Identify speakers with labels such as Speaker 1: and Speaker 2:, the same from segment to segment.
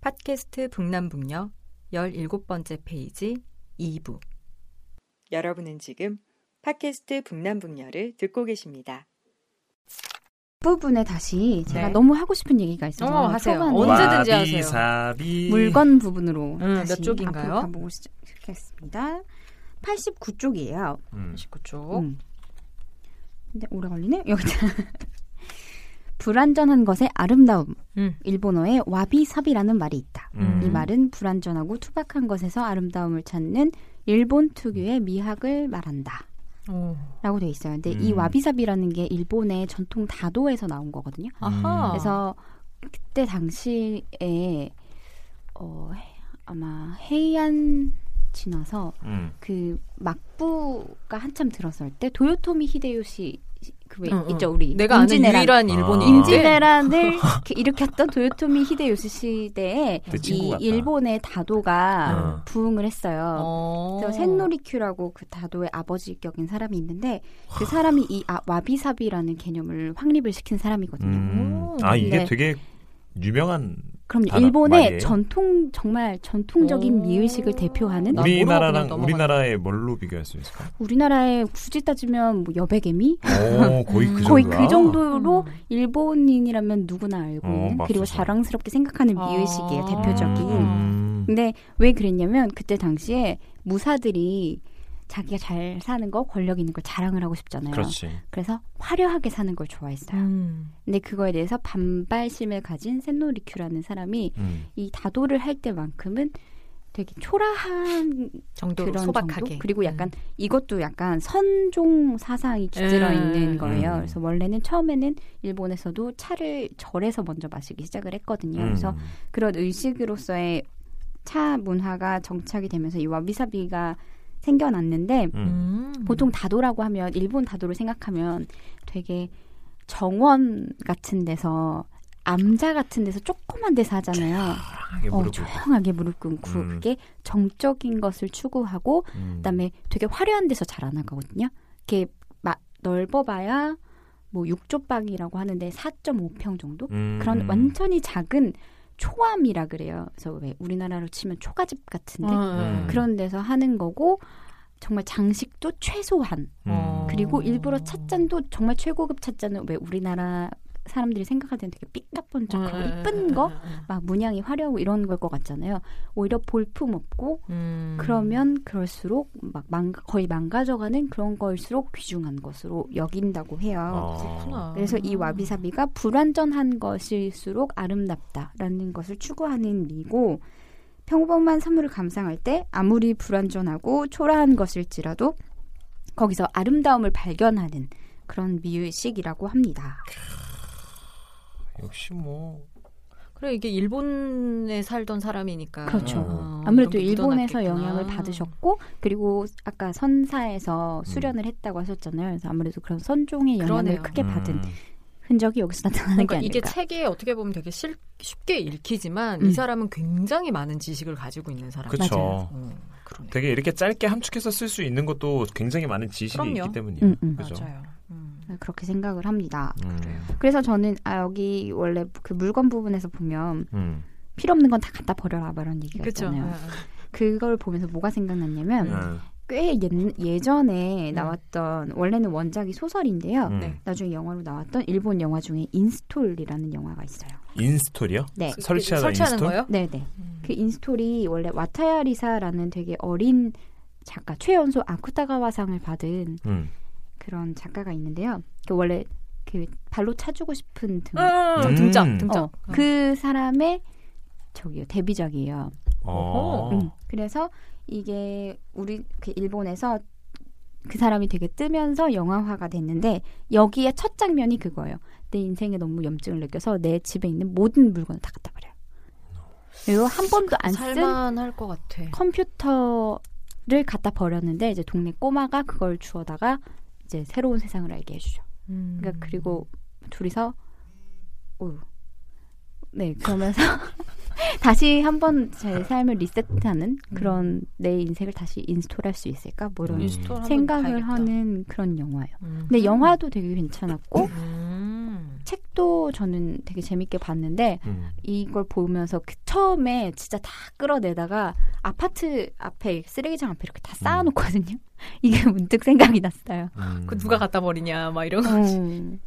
Speaker 1: 팟캐스트 북남북녀 17번째 페이지 2부 여러분은 지금 팟캐스트 북남북녀를 듣고 계십니다.
Speaker 2: 부분에 다시 제가
Speaker 1: 네.
Speaker 2: 너무 하고 싶은 얘기가 있어서
Speaker 1: 어, 하세요.
Speaker 2: 초반에
Speaker 1: 언제든- 언제든지 하세요.
Speaker 3: 와비사비
Speaker 2: 물건 부분으로
Speaker 1: 음,
Speaker 2: 다시
Speaker 1: 몇 쪽인가요?
Speaker 2: 앞으로 가보고 시작하겠습니다. 89쪽이에요.
Speaker 3: 음.
Speaker 1: 19쪽
Speaker 2: 근데 오래 걸리네. 여기다 불완전한 것의 아름다움.
Speaker 1: 음.
Speaker 2: 일본어에 와비사비라는 말이 있다.
Speaker 3: 음.
Speaker 2: 이 말은 불완전하고 투박한 것에서 아름다움을 찾는 일본 특유의 미학을 말한다.
Speaker 1: 오.
Speaker 2: 라고 돼 있어요. 근데 이
Speaker 3: 음.
Speaker 2: 와비사비라는 게 일본의 전통 다도에서 나온 거거든요.
Speaker 3: 음,
Speaker 1: 아하.
Speaker 2: 그래서 그때 당시에 어, 해- 아마 해안 지나서
Speaker 3: 음.
Speaker 2: 그 막부가 한참 들었을 때 도요토미 히데요시 그왜
Speaker 1: 응, 응.
Speaker 2: 있죠 우리
Speaker 1: 내가 아는
Speaker 2: 임진왜란.
Speaker 1: 유일한
Speaker 3: 아.
Speaker 1: 일본인
Speaker 2: 임진왜란을 이렇게 일으켰던 도요토미 히데요시 시대에
Speaker 3: 내그 친구
Speaker 2: 이
Speaker 3: 같다.
Speaker 2: 일본의 다도가
Speaker 3: 어.
Speaker 2: 부흥을 했어요. 음. 그래서 샌노리큐라고 그 다도의 아버지격인 사람이 있는데 그 사람이 이 아, 와비사비라는 개념을 확립을 시킨 사람이거든요.
Speaker 3: 음.
Speaker 1: 오.
Speaker 3: 아 이게
Speaker 2: 네.
Speaker 3: 되게 유명한
Speaker 2: 그럼
Speaker 3: 단어,
Speaker 2: 일본의
Speaker 3: 말이에요?
Speaker 2: 전통 정말 전통적인
Speaker 1: 오.
Speaker 2: 미의식을 대표하는
Speaker 1: 나 모르고 그냥
Speaker 3: 우리나라랑
Speaker 1: 넘어갔네.
Speaker 3: 우리나라의 뭘로 비교할 수 있을까?
Speaker 2: 우리나라에 굳이 따지면 뭐 여백애미
Speaker 3: 오 거의 그 정도.
Speaker 2: 거의 그 정도로
Speaker 1: 음.
Speaker 2: 일본인이라면 누구나 알고
Speaker 3: 어,
Speaker 2: 있는 그리고
Speaker 3: 맞소사.
Speaker 2: 자랑스럽게 생각하는
Speaker 1: 아.
Speaker 2: 미의식이에요
Speaker 1: 음.
Speaker 2: 대표적인.
Speaker 3: 음.
Speaker 2: 근데 왜 그랬냐면 그때 당시에 무사들이 자기가 잘 사는 거 권력 있는 걸 자랑을 하고 싶잖아요.
Speaker 3: 그렇지.
Speaker 2: 래서 화려하게 사는 걸 좋아했어요.
Speaker 1: 음.
Speaker 2: 근데 그거에 대해서 반발심을 가진 샌노리큐라는 사람이
Speaker 3: 음.
Speaker 2: 이 다도를 할 때만큼은 되게 초라한
Speaker 1: 정도로
Speaker 2: 그런
Speaker 1: 소박하게
Speaker 2: 정도 그리고 약간 이것도 약간 선종 사상이 깃들어
Speaker 1: 음.
Speaker 2: 있는 거예요.
Speaker 3: 음.
Speaker 2: 그래서 원래는 처음에는 일본에서도 차를 절에서 먼저 마시기 시작을 했거든요. 그래서
Speaker 3: 음.
Speaker 2: 그런 의식으로서의 차 문화가 정착이 되면서 이 와비사비가 생겨났는데
Speaker 3: 음.
Speaker 2: 보통 다도라고 하면 일본 다도를 생각하면 되게 정원 같은 데서 암자 같은 데서 조그만 데서 하잖아요.
Speaker 3: 강하게
Speaker 2: 어,
Speaker 3: 무릎 꿇고.
Speaker 2: 조용하게 무릎 꿇고
Speaker 3: 음.
Speaker 2: 그게 정적인 것을 추구하고
Speaker 3: 음.
Speaker 2: 그다음에 되게 화려한 데서 자라나가거든요. 이렇게 막 넓어봐야 뭐 6조방이라고 하는데 4.5평 정도
Speaker 3: 음.
Speaker 2: 그런 완전히 작은 초암이라 그래요. 그래서 왜 우리나라로 치면 초가집 같은데
Speaker 1: 어.
Speaker 3: 음.
Speaker 2: 그런 데서 하는 거고 정말 장식도 최소한
Speaker 3: 음.
Speaker 1: 어.
Speaker 2: 그리고 일부러 찻잔도 정말 최고급 찻잔은 왜 우리나라 사람들이 생각할 때는 되게
Speaker 1: 어,
Speaker 2: 삐까뻔쩍하고
Speaker 1: 그
Speaker 2: 이쁜 거 막 문양이 화려하고 이런 걸 것 같잖아요. 오히려 볼품 없고 음. 그러면 그럴수록 막 망, 거의 망가져가는 그런 거일수록 귀중한 것으로 여긴다고 해요.
Speaker 3: 어.
Speaker 1: 아.
Speaker 2: 그래서 이 와비사비가 불완전한 것일수록 아름답다라는 것을 추구하는 미고 평범한 사물을 감상할 때 아무리 불완전하고 초라한 것일지라도 거기서 아름다움을 발견하는 그런 미의식이라고 합니다.
Speaker 3: 역시 뭐
Speaker 1: 그래 이게 일본에 살던 사람이니까
Speaker 2: 그렇죠.
Speaker 1: 어,
Speaker 2: 아무래도
Speaker 1: 이런 게
Speaker 2: 일본에서
Speaker 1: 묻어났겠구나.
Speaker 2: 영향을 받으셨고 그리고 아까 선사에서 수련을 했다고 하셨잖아요. 그래서 아무래도 그런 선종의 영향을
Speaker 1: 음. 그러네요.
Speaker 2: 크게 받은
Speaker 3: 음.
Speaker 2: 흔적이 여기서 나타나는
Speaker 1: 그러니까
Speaker 2: 게
Speaker 1: 이게
Speaker 2: 아닐까.
Speaker 1: 책에 어떻게 보면 되게 쉽- 쉽게 읽히지만
Speaker 2: 음.
Speaker 1: 이 사람은 굉장히 많은 지식을 가지고 있는 사람.
Speaker 3: 그쵸.
Speaker 2: 맞아요.
Speaker 1: 어, 그러네.
Speaker 3: 되게 이렇게 짧게 함축해서 쓸 수 있는 것도 굉장히 많은 지식이
Speaker 1: 그럼요.
Speaker 3: 있기 때문이에요.
Speaker 2: 음, 음.
Speaker 3: 그죠?
Speaker 1: 맞아요. 음.
Speaker 2: 저는 그렇게 생각을 합니다.
Speaker 3: 음.
Speaker 2: 그래서 저는 아 여기 원래 그 물건 부분에서 보면
Speaker 3: 음.
Speaker 2: 필요 없는 건 다 갖다 버려라 막 이런 얘기가
Speaker 1: 그렇죠.
Speaker 2: 있잖아요. 그걸 보면서 뭐가
Speaker 1: 네.
Speaker 2: 생각났냐면
Speaker 3: 음.
Speaker 2: 꽤 예, 전에
Speaker 1: 음.
Speaker 2: 나왔던 원래는 원작이 소설인데요.
Speaker 3: 음.
Speaker 1: 네.
Speaker 2: 나중에 영화로 나왔던 일본 영화 중에 인스톨이라는 영화가 있어요.
Speaker 3: 인스톨이요?
Speaker 2: 네.
Speaker 3: 설치하다
Speaker 1: 그, 설치하는
Speaker 3: 인스톨?
Speaker 1: 거예요? 음.
Speaker 2: 네네. 그 인스톨이 원래 와타야리사라는 되게 어린 작가 최연소 아쿠타가와상을 받은
Speaker 3: 음.
Speaker 2: 그런 작가가 있는데요. 그 원래 그 발로 차주고 싶은 등.
Speaker 1: 음, 등장,
Speaker 3: 음.
Speaker 1: 등장.
Speaker 2: 어, 그 사람의 저기요 데뷔작이에요.
Speaker 3: 어.
Speaker 2: 음, 그래서 이게 우리 그 일본에서 그 사람이 되게 뜨면서 영화화가 됐는데 여기에 첫 장면이 그거예요. 내 인생에 너무 염증을 느껴서 내 집에 있는 모든 물건을 다 갖다 버려요.
Speaker 3: 어.
Speaker 2: 그리고 한 번도 안 쓴
Speaker 1: 살만할 것 같아.
Speaker 2: 컴퓨터를 갖다 버렸는데 이제 동네 꼬마가 그걸 주워다가 이제 새로운 세상을 알게 해주죠.
Speaker 1: 음.
Speaker 2: 그러니까 그리고 둘이서 오. 네 그러면서 다시 한번 제 삶을 리셋하는
Speaker 1: 음.
Speaker 2: 그런 내 인생을 다시 인스톨할 수 있을까 뭐 이런
Speaker 3: 음.
Speaker 1: 인스톨 한번
Speaker 2: 생각을
Speaker 1: 봐야겠다.
Speaker 2: 하는 그런 영화예요.
Speaker 1: 음.
Speaker 2: 근데 영화도 되게 괜찮았고
Speaker 1: 음.
Speaker 2: 책도 저는 되게 재밌게 봤는데
Speaker 3: 음.
Speaker 2: 이걸 보면서 그 처음에 진짜 다 끌어내다가 아파트 앞에 쓰레기장 앞에 이렇게 다 쌓아놓거든요. 이게 문득 생각이 났어요.
Speaker 3: 음.
Speaker 1: 그 누가 갖다 버리냐 막 이런 거.
Speaker 2: 음.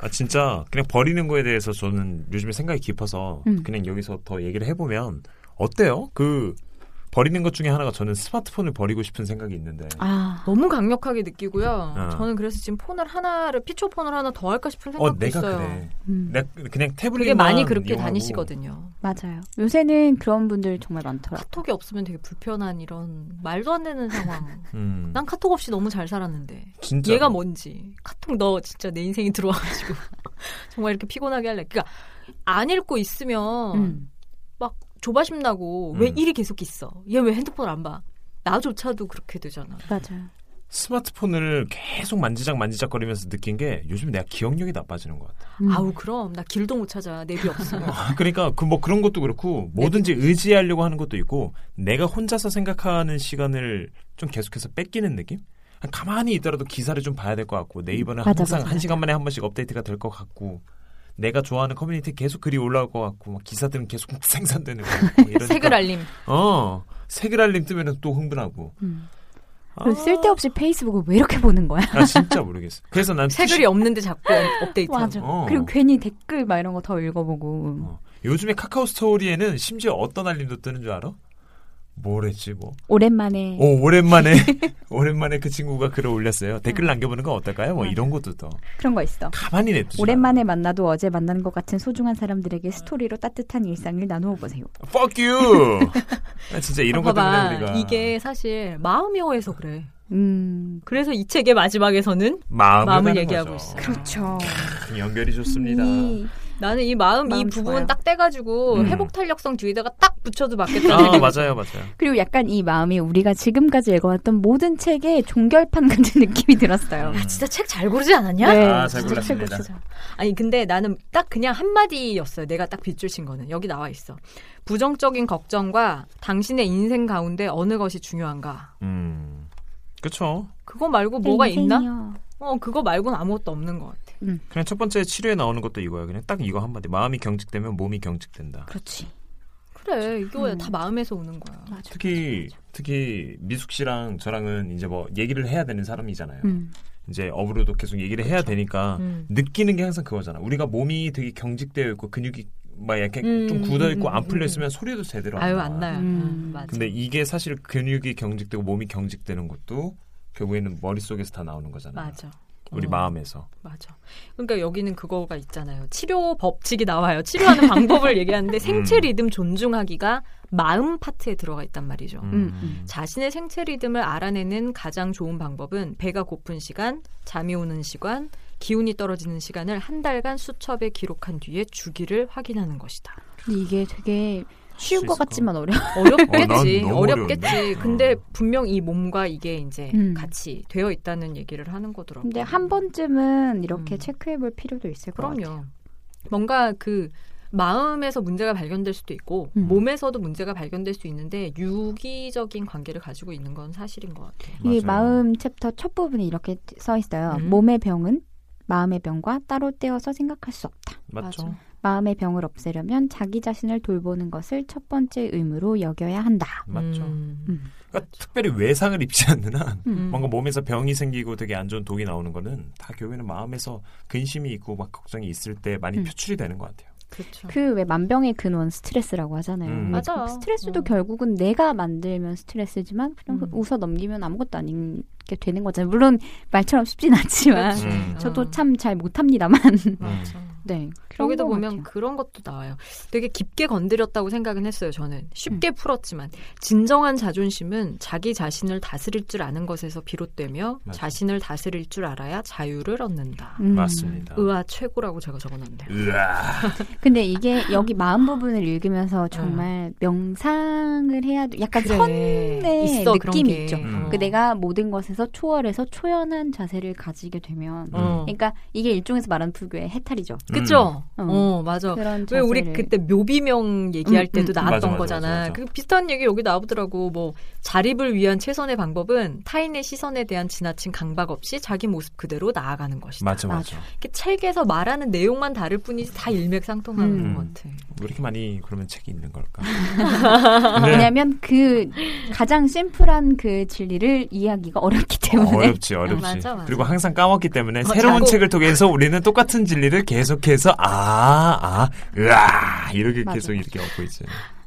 Speaker 3: 아 진짜 그냥 버리는 거에 대해서 저는 요즘에 생각이 깊어서
Speaker 2: 음.
Speaker 3: 그냥 여기서 더 얘기를 해보면 어때요? 그 버리는 것 중에 하나가 저는 스마트폰을 버리고 싶은 생각이 있는데
Speaker 2: 아
Speaker 1: 너무 강력하게 느끼고요.
Speaker 3: 어.
Speaker 1: 저는 그래서 지금 폰을 하나를 피처폰을 하나 더 할까 싶은 생각도
Speaker 3: 어 내가
Speaker 1: 있어요.
Speaker 3: 그래
Speaker 2: 음.
Speaker 3: 내가 그냥 태블릿만
Speaker 1: 되게 많이 그렇게
Speaker 3: 이용하고.
Speaker 1: 다니시거든요.
Speaker 2: 맞아요. 요새는 그런 분들 정말 많더라.
Speaker 1: 카톡이 없으면 되게 불편한 이런 말도 안 되는 상황.
Speaker 3: 음.
Speaker 1: 난 카톡 없이 너무 잘 살았는데
Speaker 3: 진짜
Speaker 1: 얘가 뭐- 뭔지 카톡 너 진짜 내 인생이 들어와가지고 정말 이렇게 피곤하게 할래. 그러니까 안 읽고 있으면
Speaker 2: 음.
Speaker 1: 조바심 나고 왜
Speaker 3: 음.
Speaker 1: 일이 계속 있어? 얘 왜 핸드폰 안 봐? 나조차도 그렇게 되잖아.
Speaker 2: 맞아요.
Speaker 3: 스마트폰을 계속 만지작 만지작거리면서 느낀 게 요즘 내가 기억력이 나빠지는 것 같아.
Speaker 2: 음.
Speaker 1: 아우 그럼 나 길도 못 찾아 내비 없어.
Speaker 3: 아, 그러니까 그 뭐 그런 것도 그렇고 뭐든지 의지하려고 하는 것도 있고 내가 혼자서 생각하는 시간을 좀 계속해서 뺏기는 느낌? 가만히 있더라도 기사를 좀 봐야 될 것 같고 네이버는
Speaker 2: 맞아,
Speaker 3: 항상
Speaker 2: 맞아,
Speaker 3: 한
Speaker 2: 맞아.
Speaker 3: 시간 만에 한 번씩 업데이트가 될 것 같고 내가 좋아하는 커뮤니티 에 계속 글이 올라올 것 같고 막 기사들은 계속 생산되는 것 같고 이러니까
Speaker 1: 색을 알림.
Speaker 3: 어 세글 알림 뜨면 또 흥분하고
Speaker 2: 음.
Speaker 3: 아,
Speaker 2: 그리고 쓸데없이 페이스북을 왜 이렇게 보는 거야?
Speaker 3: 아, 진짜 모르겠어. 그래서 난
Speaker 1: 색글이 없는데 자꾸 업데이트.
Speaker 2: 맞아.
Speaker 3: 어.
Speaker 2: 그리고 괜히 댓글 막 이런 거 더 읽어보고.
Speaker 3: 어. 요즘에 카카오 스토리에는 심지어 어떤 알림도 뜨는 줄 알아? 뭐랬지 뭐.
Speaker 2: 오랜만에
Speaker 3: 오 오랜만에 오랜만에 그 친구가 글을 올렸어요.
Speaker 1: 음.
Speaker 3: 댓글 남겨보는 건 어떨까요? 뭐 이런 것도 더
Speaker 2: 그런 거 있어.
Speaker 3: 가만히 냅두지.
Speaker 2: 오랜만에 만나도 어제 만난 것 같은 소중한 사람들에게 스토리로 따뜻한 일상을 나누어 보세요.
Speaker 3: 않아. Fuck you. 아, 진짜 이런 것 때문에 우리가
Speaker 1: 이게 사실 마음이 허해서 그래.
Speaker 2: 음,
Speaker 1: 그래서 이 책의 마지막에서는
Speaker 3: 마음을,
Speaker 1: 마음을
Speaker 3: 하는
Speaker 1: 얘기하고
Speaker 3: 거죠.
Speaker 1: 있어요. 음.
Speaker 2: 그렇죠.
Speaker 3: 참 연결이 좋습니다.
Speaker 1: 나는 이 마음, 이
Speaker 2: 마음
Speaker 1: 부분
Speaker 2: 좋아요.
Speaker 1: 딱 떼가지고
Speaker 3: 음.
Speaker 1: 회복 탄력성 뒤에다가 딱 붙여도 맞겠다.
Speaker 3: 아 맞아요 맞아요.
Speaker 2: 그리고 약간 이 마음이 우리가 지금까지 읽어왔던 모든 책의 종결판 같은 느낌이 들었어요. 네.
Speaker 1: 야, 아, 진짜 책 잘 고르지 않았냐?
Speaker 3: 아, 잘
Speaker 2: 진짜
Speaker 3: 골랐습니다.
Speaker 2: 최고치죠.
Speaker 1: 네. 아니 근데 나는 딱 그냥 한마디였어요. 내가 딱 빗줄 친 거는 여기 나와 있어. 부정적인 걱정과 당신의 인생 가운데 어느 것이 중요한가.
Speaker 3: 음 그쵸.
Speaker 1: 그거 말고 뭐가 있나?
Speaker 2: 인생이요.
Speaker 1: 어 그거 말고는 아무것도 없는 것 같아.
Speaker 3: 그냥 첫 번째 치료에 나오는 것도 이거야. 그냥 딱 이거 한마디. 마음이 경직되면 몸이 경직된다.
Speaker 2: 그렇지.
Speaker 1: 그래 이거
Speaker 2: 음.
Speaker 1: 다 마음에서 오는 거야.
Speaker 2: 맞아.
Speaker 3: 특히
Speaker 1: 음.
Speaker 3: 특히 미숙 씨랑 저랑은 이제 뭐 얘기를 해야 되는 사람이잖아요.
Speaker 2: 음,
Speaker 3: 이제 업으로도 계속 얘기를 해야 되니까
Speaker 1: 음.
Speaker 3: 느끼는 게 항상 그거잖아. 우리가 몸이 되게 경직되어 있고 근육이 막 이렇게
Speaker 1: 음,
Speaker 3: 좀 굳어 있고
Speaker 1: 음,
Speaker 3: 안 풀려
Speaker 1: 음.
Speaker 3: 있으면 소리도 제대로 안
Speaker 1: 아유
Speaker 3: 나와.
Speaker 1: 안 나요.
Speaker 2: 음.
Speaker 1: 아, 맞아.
Speaker 3: 근데 이게 사실 근육이 경직되고 몸이 경직되는 것도 결국에는 머릿속에서 다 나오는 거잖아.
Speaker 1: 맞아.
Speaker 3: 우리
Speaker 1: 어.
Speaker 3: 마음에서.
Speaker 1: 맞아. 그러니까 여기는 그거가 있잖아요. 치료 법칙이 나와요. 치료하는 방법을 얘기하는데 생체
Speaker 3: 음.
Speaker 1: 리듬 존중하기가 마음 파트에 들어가 있단 말이죠.
Speaker 2: 음, 음.
Speaker 1: 자신의 생체 리듬을 알아내는 가장 좋은 방법은 배가 고픈 시간, 잠이 오는 시간, 기운이 떨어지는 시간을 한 달간 수첩에 기록한 뒤에 주기를 확인하는 것이다.
Speaker 2: 근데 이게 되게 쉬운
Speaker 3: 수
Speaker 2: 것
Speaker 3: 있을까?
Speaker 2: 같지만 어려.
Speaker 1: 어렵겠지.
Speaker 3: 어, 난 너무
Speaker 1: 어렵겠지.
Speaker 3: 어려운데?
Speaker 1: 근데
Speaker 3: 어.
Speaker 1: 분명 이 몸과 이게 이제
Speaker 2: 음.
Speaker 1: 같이 되어 있다는 얘기를 하는 거더라고요.
Speaker 2: 근데 한 번쯤은 이렇게
Speaker 1: 음.
Speaker 2: 체크해볼 필요도 있을 것 같아요.
Speaker 1: 그럼요. 뭔가 그 마음에서 문제가 발견될 수도 있고
Speaker 2: 음.
Speaker 1: 몸에서도 문제가 발견될 수 있는데 유기적인 관계를 가지고 있는 건 사실인 것 같아요.
Speaker 2: 이
Speaker 3: 맞아요.
Speaker 2: 마음 챕터 첫 부분에 이렇게 써 있어요.
Speaker 1: 음.
Speaker 2: 몸의 병은 마음의 병과 따로 떼어서 생각할 수 없다.
Speaker 3: 맞죠?
Speaker 1: 맞아.
Speaker 2: 마음의 병을 없애려면 자기 자신을 돌보는 것을 첫 번째 의무로 여겨야 한다.
Speaker 3: 맞죠.
Speaker 1: 음.
Speaker 2: 음.
Speaker 3: 그러니까 특별히 외상을 입지 않는 한
Speaker 2: 음.
Speaker 3: 뭔가 몸에서 병이 생기고 되게 안 좋은 독이 나오는 거는 다 결국에는 마음에서 근심이 있고 막 걱정이 있을 때 많이
Speaker 2: 음.
Speaker 3: 표출이 되는 것 같아요.
Speaker 1: 그렇죠.
Speaker 2: 그 왜 만병의 근원 스트레스라고 하잖아요.
Speaker 3: 음.
Speaker 2: 왜
Speaker 1: 맞아.
Speaker 2: 그 스트레스도
Speaker 1: 음.
Speaker 2: 결국은 내가 만들면 스트레스지만 그냥
Speaker 1: 음.
Speaker 2: 웃어 넘기면 아무것도 아닌 게 되는 거잖아요. 물론 말처럼 쉽진 않지만
Speaker 1: 그렇지.
Speaker 3: 음.
Speaker 2: 저도
Speaker 1: 어.
Speaker 2: 참 잘 못합니다만.
Speaker 1: 맞아.
Speaker 2: 네. 그런
Speaker 1: 여기도
Speaker 2: 것
Speaker 1: 보면
Speaker 2: 같아요.
Speaker 1: 그런 것도 나와요. 되게 깊게 건드렸다고 생각은 했어요. 저는
Speaker 2: 음.
Speaker 1: 쉽게 풀었지만 진정한 자존심은 자기 자신을 다스릴 줄 아는 것에서 비롯되며
Speaker 3: 맞아요.
Speaker 1: 자신을 다스릴 줄 알아야 자유를 얻는다.
Speaker 2: 음.
Speaker 3: 맞습니다.
Speaker 1: 의아 최고라고 제가 적어놨네요.
Speaker 3: 으아.
Speaker 2: 근데 이게 여기 마음 부분을 읽으면서 정말 명상을 해야 돼. 약간
Speaker 1: 그래. 어.
Speaker 2: 선의
Speaker 1: 있어, 그런
Speaker 2: 느낌이
Speaker 1: 게.
Speaker 2: 있죠.
Speaker 3: 음.
Speaker 2: 그 내가 모든 것에서 초월해서 초연한 자세를 가지게 되면
Speaker 3: 음.
Speaker 1: 어.
Speaker 2: 그러니까 이게 일종에서 말하는 불교의 해탈이죠.
Speaker 1: 그죠?
Speaker 2: 음.
Speaker 1: 어, 맞아.
Speaker 2: 그런
Speaker 1: 왜
Speaker 2: 자세를
Speaker 1: 우리 그때 묘비명 얘기할
Speaker 2: 음,
Speaker 1: 때도
Speaker 2: 음.
Speaker 1: 나왔던
Speaker 3: 맞아, 맞아,
Speaker 1: 거잖아.
Speaker 3: 맞아.
Speaker 1: 그 비슷한 얘기 여기 나오더라고. 뭐 자립을 위한 최선의 방법은 타인의 시선에 대한 지나친 강박 없이 자기 모습 그대로 나아가는 것이다.
Speaker 2: 음.
Speaker 3: 맞아 맞아.
Speaker 1: 이렇게 책에서 말하는 내용만 다를 뿐이지 다 일맥상통하는
Speaker 2: 음.
Speaker 1: 것 같아.
Speaker 3: 왜 이렇게 많이 그러면 책이 있는 걸까? 네.
Speaker 2: 왜냐하면 그 가장 심플한 그 진리를 이해하기가 어렵기 때문에
Speaker 3: 아, 어렵지 어렵지.
Speaker 1: 맞아, 맞아.
Speaker 3: 그리고 항상 까먹기 때문에
Speaker 2: 뭐
Speaker 3: 새로운
Speaker 1: 자꾸-
Speaker 3: 책을 통해서 우리는 똑같은 진리를 계속해서 아아 으아 이렇게
Speaker 2: 맞아,
Speaker 3: 계속
Speaker 2: 맞아.
Speaker 3: 이렇게 얻고 있지.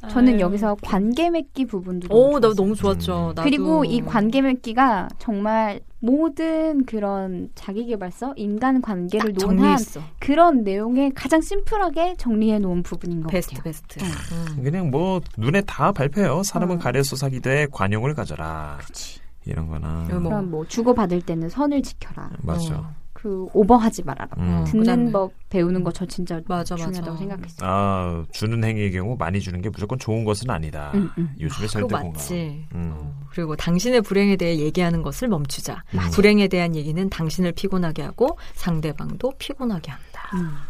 Speaker 2: 저는 여기서 관계 맺기 부분도
Speaker 1: 아. 오, 나
Speaker 2: 좋았어요.
Speaker 1: 너무 좋았죠.
Speaker 3: 음.
Speaker 1: 나도.
Speaker 2: 그리고 이 관계 맺기가 정말 모든 그런 자기개발서 인간 관계를 논한
Speaker 1: 정리했어.
Speaker 2: 그런 내용에 가장 심플하게 정리해 놓은 부분인 것
Speaker 1: 베스트
Speaker 2: 같아요.
Speaker 1: 베스트.
Speaker 2: 어.
Speaker 1: 음.
Speaker 3: 그냥 뭐 눈에 다 밟혀요. 사람은
Speaker 2: 어.
Speaker 3: 가려서 사기되 관용을 가져라. 이런 거나.
Speaker 1: 이거 뭐-
Speaker 2: 그럼 뭐 주고 받을 때는 선을 지켜라.
Speaker 3: 맞아.
Speaker 1: 어.
Speaker 2: 그 오버하지 말아라.
Speaker 3: 음.
Speaker 1: 어.
Speaker 2: 듣는
Speaker 1: 그다음에.
Speaker 2: 법 배우는 거 저 진짜
Speaker 1: 맞아, 맞아.
Speaker 2: 중요하다고 생각했어요.
Speaker 3: 아 주는 행위의 경우 많이 주는 게 무조건 좋은 것은 아니다.
Speaker 2: 음, 음.
Speaker 1: 그거
Speaker 3: 요즘에 절대 공감.
Speaker 1: 맞지.
Speaker 3: 음.
Speaker 1: 어, 그리고 당신의 불행에 대해 얘기하는 것을 멈추자.
Speaker 3: 맞아.
Speaker 1: 불행에 대한 얘기는 당신을 피곤하게 하고 상대방도 피곤하게 한다.
Speaker 2: 음.
Speaker 1: 아.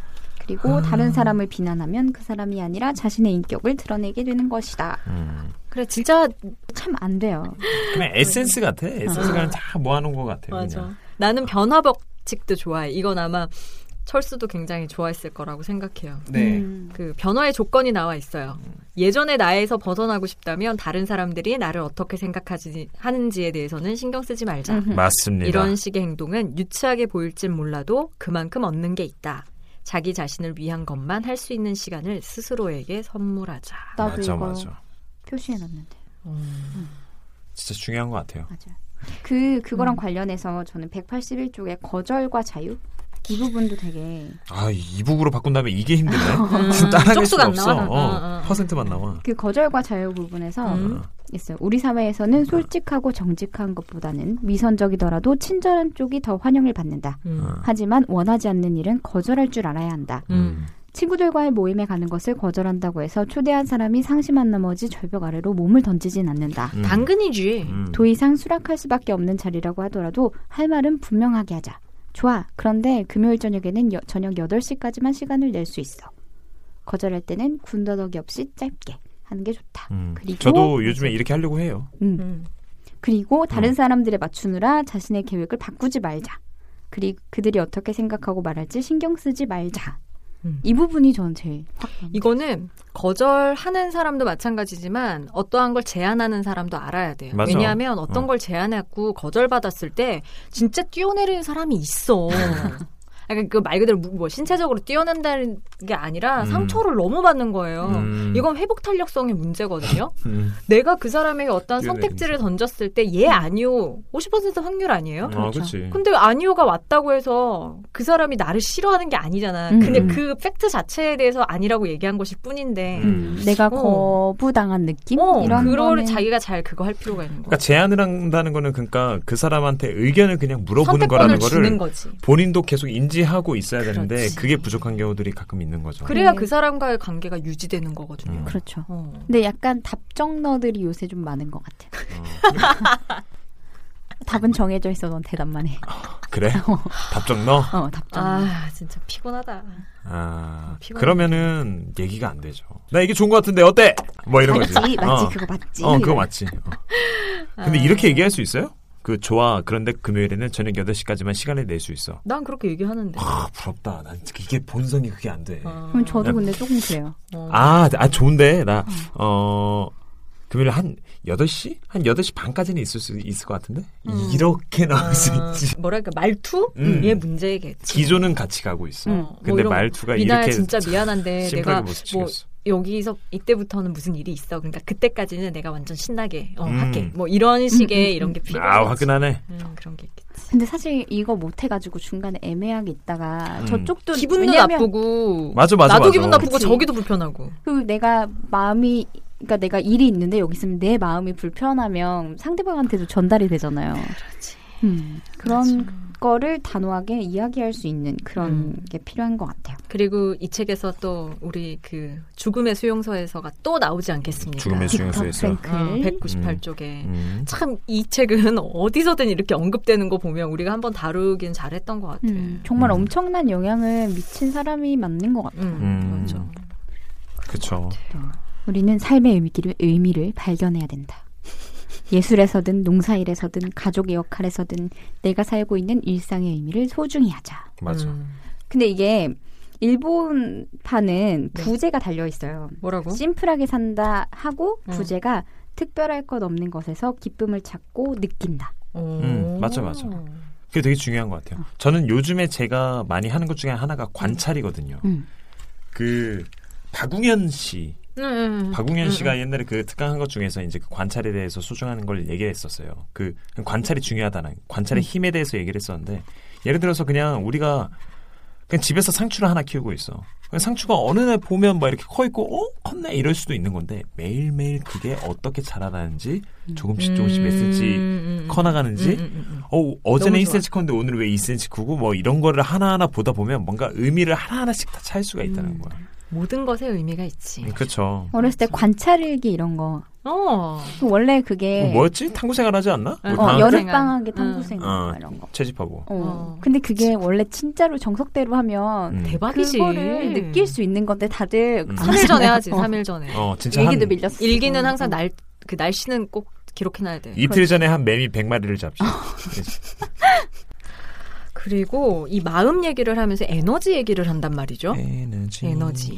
Speaker 2: 그리고 다른 사람을 비난하면 그 사람이 아니라 자신의 인격을 드러내게 되는 것이다.
Speaker 3: 음.
Speaker 1: 그래 진짜
Speaker 2: 참 안 돼요.
Speaker 3: 그냥 에센스 같아. 에센스가 다 모아놓은 것 같아.
Speaker 1: 맞아.
Speaker 3: 그냥.
Speaker 1: 나는 변화 법칙도 좋아해. 이건 아마 철수도 굉장히 좋아했을 거라고 생각해요.
Speaker 3: 네.
Speaker 2: 음.
Speaker 1: 그 변화의 조건이 나와 있어요.
Speaker 3: 음.
Speaker 1: 예전의 나에서 벗어나고 싶다면 다른 사람들이 나를 어떻게 생각하지 하는지에 대해서는 신경 쓰지 말자.
Speaker 2: 음.
Speaker 3: 맞습니다.
Speaker 1: 이런 식의 행동은 유치하게 보일진 몰라도 그만큼 얻는 게 있다. 자기 자신을 위한 것만 할 수 있는 시간을 스스로에게 선물하자.
Speaker 2: 나도
Speaker 3: 맞아
Speaker 2: 이거
Speaker 3: 맞아.
Speaker 2: 표시해놨는데
Speaker 3: 진짜 중요한 것 같아요.
Speaker 2: 맞아. 그 그거랑
Speaker 1: 음.
Speaker 2: 관련해서 저는 181쪽에 거절과 자유 이 부분도 되게
Speaker 3: 아 이북으로 바꾼 다음에 이게 힘드네.
Speaker 1: 음,
Speaker 3: 따라갈 수
Speaker 1: 쪽수가 안
Speaker 3: 없어.
Speaker 1: 나와?
Speaker 3: 어,
Speaker 1: 어, 어, 어.
Speaker 3: 퍼센트만 나와.
Speaker 2: 그 거절과 자유 부분에서
Speaker 1: 음.
Speaker 2: 있어요. 우리
Speaker 3: 음.
Speaker 2: 사회에서는 솔직하고 정직한 것보다는 위선적이더라도 친절한 쪽이 더 환영을 받는다.
Speaker 3: 아,
Speaker 1: 음.
Speaker 2: 하지만 원하지 않는 일은 거절할 줄 알아야 한다.
Speaker 1: 음.
Speaker 2: 친구들과의 모임에 가는 것을 거절한다고 해서 초대한 사람이 상심한 나머지 절벽 아래로 몸을 던지진 않는다.
Speaker 3: 음.
Speaker 1: 당근이지.
Speaker 3: 음.
Speaker 2: 더 이상 수락할 수밖에 없는 자리라고 하더라도 할 말은 분명하게 하자. 좋아. 그런데 금요일 저녁에는 여- 저녁 8시까지만 시간을 낼 수 있어. 거절할 때는 군더더기 없이 짧게 하는 게 좋다.
Speaker 3: 음.
Speaker 2: 그리고-
Speaker 3: 저도 요즘에 이렇게 하려고 해요.
Speaker 2: 음.
Speaker 1: 음.
Speaker 2: 그리고 다른
Speaker 3: 음.
Speaker 2: 사람들에 맞추느라 자신의 계획을 바꾸지 말자. 그리 그들이 어떻게 생각하고 말할지 신경 쓰지 말자.
Speaker 1: 음.
Speaker 2: 이 부분이 저는 제일 확.
Speaker 1: 이거는 거절하는 사람도 마찬가지지만 어떠한 걸 제안하는 사람도 알아야 돼요.
Speaker 3: 맞아.
Speaker 1: 왜냐하면 어떤
Speaker 3: 어.
Speaker 1: 걸 제안했고 거절받았을 때 진짜 뛰어내리는 사람이 있어. 그러니까 그말 그대로 무- 뭐 신체적으로 뛰어난다는 게 아니라
Speaker 3: 음.
Speaker 1: 상처를 너무 받는 거예요.
Speaker 3: 음.
Speaker 1: 어. 이건 회복 탄력성의 문제거든요.
Speaker 3: 음.
Speaker 1: 내가 그 사람에게 어떤
Speaker 3: 뛰어내리는
Speaker 1: 선택지를 던졌을 때
Speaker 3: 음.
Speaker 1: 얘 아니요 50% 확률 아니에요?
Speaker 3: 아, 그렇지.
Speaker 1: 근데 아니오가 왔다고 해서 그 사람이 나를 싫어하는 게 아니잖아.
Speaker 2: 음.
Speaker 1: 근데
Speaker 3: 음.
Speaker 1: 그 팩트 자체에 대해서 아니라고 얘기한 것일 뿐인데.
Speaker 3: 음.
Speaker 2: 내가
Speaker 1: 어.
Speaker 2: 거부당한 느낌
Speaker 1: 어,
Speaker 2: 이런
Speaker 1: 그거를
Speaker 2: 거는
Speaker 1: 자기가 잘 그거 할 필요가 있는
Speaker 3: 그러니까
Speaker 1: 거야.
Speaker 3: 제안을 한다는 거는 그러니까 그 사람한테 의견을 그냥 물어보는
Speaker 1: 선택권을
Speaker 3: 그러니까 거라는
Speaker 1: 주는
Speaker 3: 거를
Speaker 1: 거지.
Speaker 3: 본인도 계속 인지하고 있어야 되는데
Speaker 1: 그렇지.
Speaker 3: 그게 부족한 경우들이 가끔 있는 거죠.
Speaker 1: 그래야
Speaker 2: 네.
Speaker 1: 그 사람과의 관계가 유지되는 거거든요.
Speaker 3: 음.
Speaker 2: 그렇죠.
Speaker 1: 어.
Speaker 2: 근데 약간 답정너들이 요새 좀 많은 것 같아. 요 답은 정해져 있어. 넌 대답만 해.
Speaker 3: 그래? 답정 넣어?
Speaker 2: 어, 답정. 너
Speaker 1: 아 진짜 피곤하다.
Speaker 3: 아,
Speaker 1: 피곤해.
Speaker 3: 그러면은 얘기가 안 되죠. 나 이게 좋은 것 같은데 어때? 뭐 이런 거지.
Speaker 2: 맞지, 맞지,
Speaker 3: 어.
Speaker 2: 그거 맞지.
Speaker 3: 어, 그거 맞지. 어. 근데 이렇게 얘기할 수 있어요? 그 좋아. 그런데 금요일에는 저녁 8시까지만 시간을 낼 수 있어.
Speaker 1: 난 그렇게 얘기하는데.
Speaker 3: 아, 부럽다. 난 이게 본성이 그게 안 돼.
Speaker 1: 어.
Speaker 2: 그럼 저도
Speaker 3: 네.
Speaker 2: 근데 조금 그래요.
Speaker 1: 어.
Speaker 3: 아, 아 좋은데 나 어. 금요일 한 8시? 한 8시 반까지는 있을 수 있을 것 같은데? 이렇게 나올 수
Speaker 1: 아,
Speaker 3: 있지.
Speaker 1: 뭐랄까 말투?
Speaker 3: 음.
Speaker 1: 얘 문제겠지.
Speaker 3: 기조는 같이 가고 있어.
Speaker 1: 음, 그렇죠. 뭐
Speaker 3: 근데
Speaker 1: 이런 거.
Speaker 3: 말투가
Speaker 1: 미나야
Speaker 3: 이렇게
Speaker 1: 진짜 미안한데 내가
Speaker 3: 심플하게 못
Speaker 1: 뭐
Speaker 3: 치겠어.
Speaker 1: 여기서 이때부터는 무슨 일이 있어. 그러니까 그때까지는 내가 완전 신나게 어,
Speaker 3: 음.
Speaker 1: 할게. 뭐 이런 식의
Speaker 2: 음, 음,
Speaker 1: 이런 게
Speaker 3: 아,
Speaker 1: 필요하지.
Speaker 3: 화끈하네.
Speaker 1: 음, 그런 게 있겠지.
Speaker 2: 근데 사실 이거 못 해가지고 중간에 애매하게 있다가
Speaker 3: 음.
Speaker 2: 저쪽도
Speaker 1: 기분도
Speaker 2: 왜냐면
Speaker 1: 나쁘고
Speaker 3: 맞아, 맞아,
Speaker 1: 나도
Speaker 3: 맞아.
Speaker 1: 기분 나쁘고
Speaker 2: 그치.
Speaker 1: 저기도 불편하고.
Speaker 2: 그리고 내가 마음이 그러니까 내가 일이 있는데 여기 있으면 내 마음이 불편하면 상대방한테도 전달이 되잖아요.
Speaker 1: 그렇지.
Speaker 2: 음, 그런 거를 단호하게 이야기할 수 있는 그런
Speaker 1: 음.
Speaker 2: 게 필요한 것 같아요.
Speaker 1: 그리고 이 책에서 또 우리 그 죽음의 수용소에서가 또 나오지 않겠습니까?
Speaker 3: 죽음의 수- 중요한
Speaker 2: 틱톡,
Speaker 3: 소리였어.
Speaker 2: 뱅클.
Speaker 1: 198쪽에
Speaker 3: 음.
Speaker 1: 참 이 책은 어디서든 이렇게 언급되는 거 보면 우리가 한번 다루긴 잘했던 것 같아.
Speaker 2: 음, 정말
Speaker 3: 음.
Speaker 2: 엄청난 영향을 미친 사람이 맞는 것 같아요.
Speaker 1: 음,
Speaker 3: 음.
Speaker 1: 맞아.
Speaker 3: 그쵸.
Speaker 2: 우리는 삶의 의미를, 의미를 발견해야 된다. 예술에서든 농사일에서든 가족의 역할에서든 내가 살고 있는 일상의 의미를 소중히 하자.
Speaker 3: 맞아.
Speaker 1: 음.
Speaker 2: 근데 이게 일본판은
Speaker 1: 네.
Speaker 2: 부제가 달려 있어요.
Speaker 1: 뭐라고?
Speaker 2: 심플하게 산다 하고
Speaker 1: 어.
Speaker 2: 부제가 특별할 것 없는 것에서 기쁨을 찾고 느낀다.
Speaker 3: 음, 맞아, 맞아. 그게 되게 중요한 것
Speaker 1: 음.
Speaker 3: 같아요. 저는 요즘에 제가 많이 하는 것 중에 하나가 관찰이거든요.
Speaker 2: 음.
Speaker 3: 그 박웅현 씨,
Speaker 1: 음,
Speaker 3: 박웅현 씨가 옛날에 그 특강한 것 중에서 이제 그 관찰에 대해서 소중한 걸 얘기했었어요. 그 관찰이 중요하다는
Speaker 1: 음.
Speaker 3: 관찰의 힘에 대해서 얘기를 했었는데 예를 들어서 그냥 우리가 그냥 집에서 상추를 하나 키우고 있어. 그냥 상추가 어느 날 보면 막 이렇게 커 있고 어 컸네 이럴 수도 있는 건데 매일매일 그게 어떻게 자라나는지 조금씩 조금씩 몇
Speaker 1: 음,
Speaker 3: 센치 커 나가는지 어, 어제는
Speaker 1: 너무 좋아.
Speaker 3: 1cm 컸는데 오늘 왜 2cm 크고 뭐 이런 거를 하나하나 보다 보면 뭔가 의미를 하나하나씩 다 찰 수가 있다는
Speaker 1: 음. 네.
Speaker 3: 거야.
Speaker 1: 모든 것에 의미가 있지.
Speaker 3: 그렇죠.
Speaker 2: 어렸을 때 관찰일기 이런 거.
Speaker 1: 어.
Speaker 2: 원래 그게
Speaker 3: 어, 뭐였지? 탐구 생활하지 않나?
Speaker 1: 예. 어,
Speaker 3: 우리
Speaker 2: 어,
Speaker 3: 방학 때?
Speaker 1: 음.
Speaker 2: 여름방학에 탐구생
Speaker 3: 어.
Speaker 2: 이런 거.
Speaker 3: 채집하고.
Speaker 2: 어.
Speaker 1: 어.
Speaker 2: 근데 그게 원래 진짜로 정석대로 하면
Speaker 3: 음.
Speaker 1: 대박이지.
Speaker 2: 그거를 느낄 수 있는 건데 다들
Speaker 3: 음.
Speaker 1: 삼일 전에
Speaker 2: 하잖아요.
Speaker 1: 하지.
Speaker 2: 어.
Speaker 1: 삼일 전에.
Speaker 3: 어, 진짜 한
Speaker 2: 일기도 밀렸어.
Speaker 1: 일기는 항상 날 그 날씨는 꼭 기록해 놔야 돼.
Speaker 3: 이틀 전에 한 매미 100마리를 잡죠.
Speaker 1: 아, 그리고 이 마음 얘기를 하면서 에너지 얘기를 한단 말이죠.
Speaker 3: 에너지.
Speaker 1: 에너지.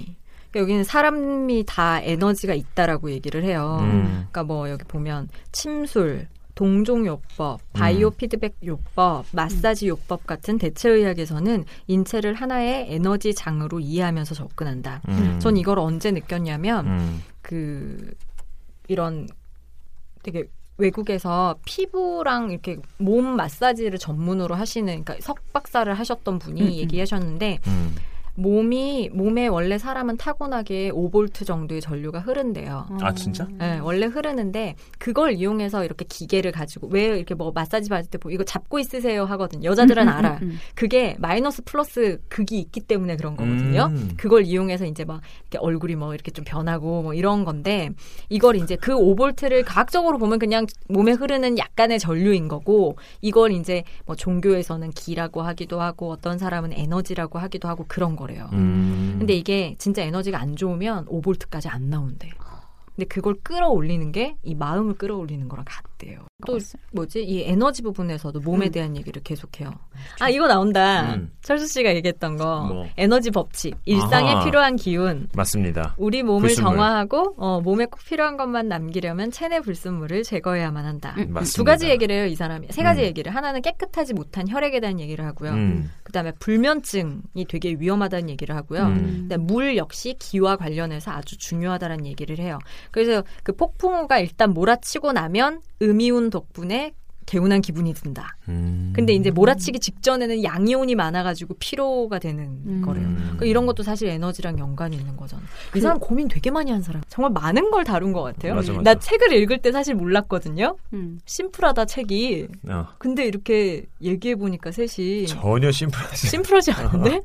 Speaker 1: 그러니까 여기는 사람이 다 에너지가 있다라고 얘기를 해요.
Speaker 3: 음.
Speaker 1: 그러니까 뭐 여기 보면 침술, 동종 요법, 바이오 피드백 요법, 마사지 요법 같은 대체 의학에서는 인체를 하나의 에너지 장으로 이해하면서 접근한다.
Speaker 3: 음.
Speaker 1: 전 이걸 언제 느꼈냐면
Speaker 3: 음.
Speaker 1: 그 이런 되게 외국에서 피부랑 이렇게 몸 마사지를 전문으로 하시는 그러니까 석박사를 하셨던 분이
Speaker 2: 음, 음.
Speaker 1: 얘기하셨는데
Speaker 3: 음.
Speaker 1: 몸이 몸에 원래 사람은 타고나게 5볼트 정도의 전류가
Speaker 2: 음.
Speaker 1: 흐른대요.
Speaker 3: 아, 진짜?
Speaker 1: 예, 원래 흐르는데 그걸 이용해서 이렇게 기계를 가지고 왜 이렇게 뭐 마사지 받을 때 보- 이거 잡고 있으세요 하거든.
Speaker 2: 음,
Speaker 1: 여자들은 음. 알아. 그게 마이너스 플러스 극이 있기 때문에 그런 거거든요.
Speaker 3: 음.
Speaker 1: 그걸 이용해서 이제 막 이렇게 얼굴이 뭐 이렇게 좀 변하고 뭐 이런 건데 이걸 이제 그 5볼트를 과학적으로 보면 그냥 몸에 흐르는 약간의 전류인 거고 이걸 이제 뭐 종교에서는 기라고 하기도 하고 어떤 사람은 에너지라고 하기도 하고 그런 거래요.
Speaker 3: 음.
Speaker 1: 근데 이게 진짜 에너지가 안 좋으면 5볼트까지 안 나온대. 근데 그걸 끌어올리는 게 이 마음을 끌어올리는 거랑 같대요. 또 뭐지? 이 에너지 부분에서도 몸에
Speaker 2: 음.
Speaker 1: 대한 얘기를 계속해요. 아, 이거 나온다.
Speaker 3: 음.
Speaker 1: 철수 씨가 얘기했던 거.
Speaker 3: 뭐?
Speaker 1: 에너지 법칙. 일상에
Speaker 3: 아하.
Speaker 1: 필요한 기운.
Speaker 3: 맞습니다.
Speaker 1: 우리 몸을
Speaker 3: 불순물.
Speaker 1: 정화하고 어, 몸에 꼭 필요한 것만 남기려면 체내 불순물을 제거해야만 한다.
Speaker 2: 음.
Speaker 3: 맞습니다.
Speaker 1: 두 가지 얘기를 해요, 이 사람이 세 가지
Speaker 3: 음.
Speaker 1: 얘기를 하나는 깨끗하지 못한 혈액에 대한 얘기를 하고요.
Speaker 3: 음.
Speaker 1: 그다음에 불면증이 되게 위험하다는 얘기를 하고요.
Speaker 3: 음.
Speaker 1: 근데 네, 물 역시 기와 관련해서 아주 중요하다는 얘기를 해요. 그래서 그 폭풍우가 일단 몰아치고 나면 음이온 덕분에 개운한 기분이 든다.
Speaker 3: 음.
Speaker 1: 근데 이제 몰아치기 직전에는 양이온이 많아가지고 피로가 되는
Speaker 2: 음.
Speaker 1: 거래요.
Speaker 3: 음.
Speaker 1: 그러니까 이런 것도 사실 에너지랑 연관이 있는 거잖아. 이 사람 고민 되게 많이 한 사람. 정말 많은 걸 다룬 것 같아요.
Speaker 3: 맞아, 맞아.
Speaker 1: 나 책을 읽을 때 사실 몰랐거든요.
Speaker 2: 음.
Speaker 1: 심플하다 책이.
Speaker 3: 어.
Speaker 1: 근데 이렇게 얘기해 보니까 셋이
Speaker 3: 전혀 심플하지.
Speaker 1: 심플하지 않은데?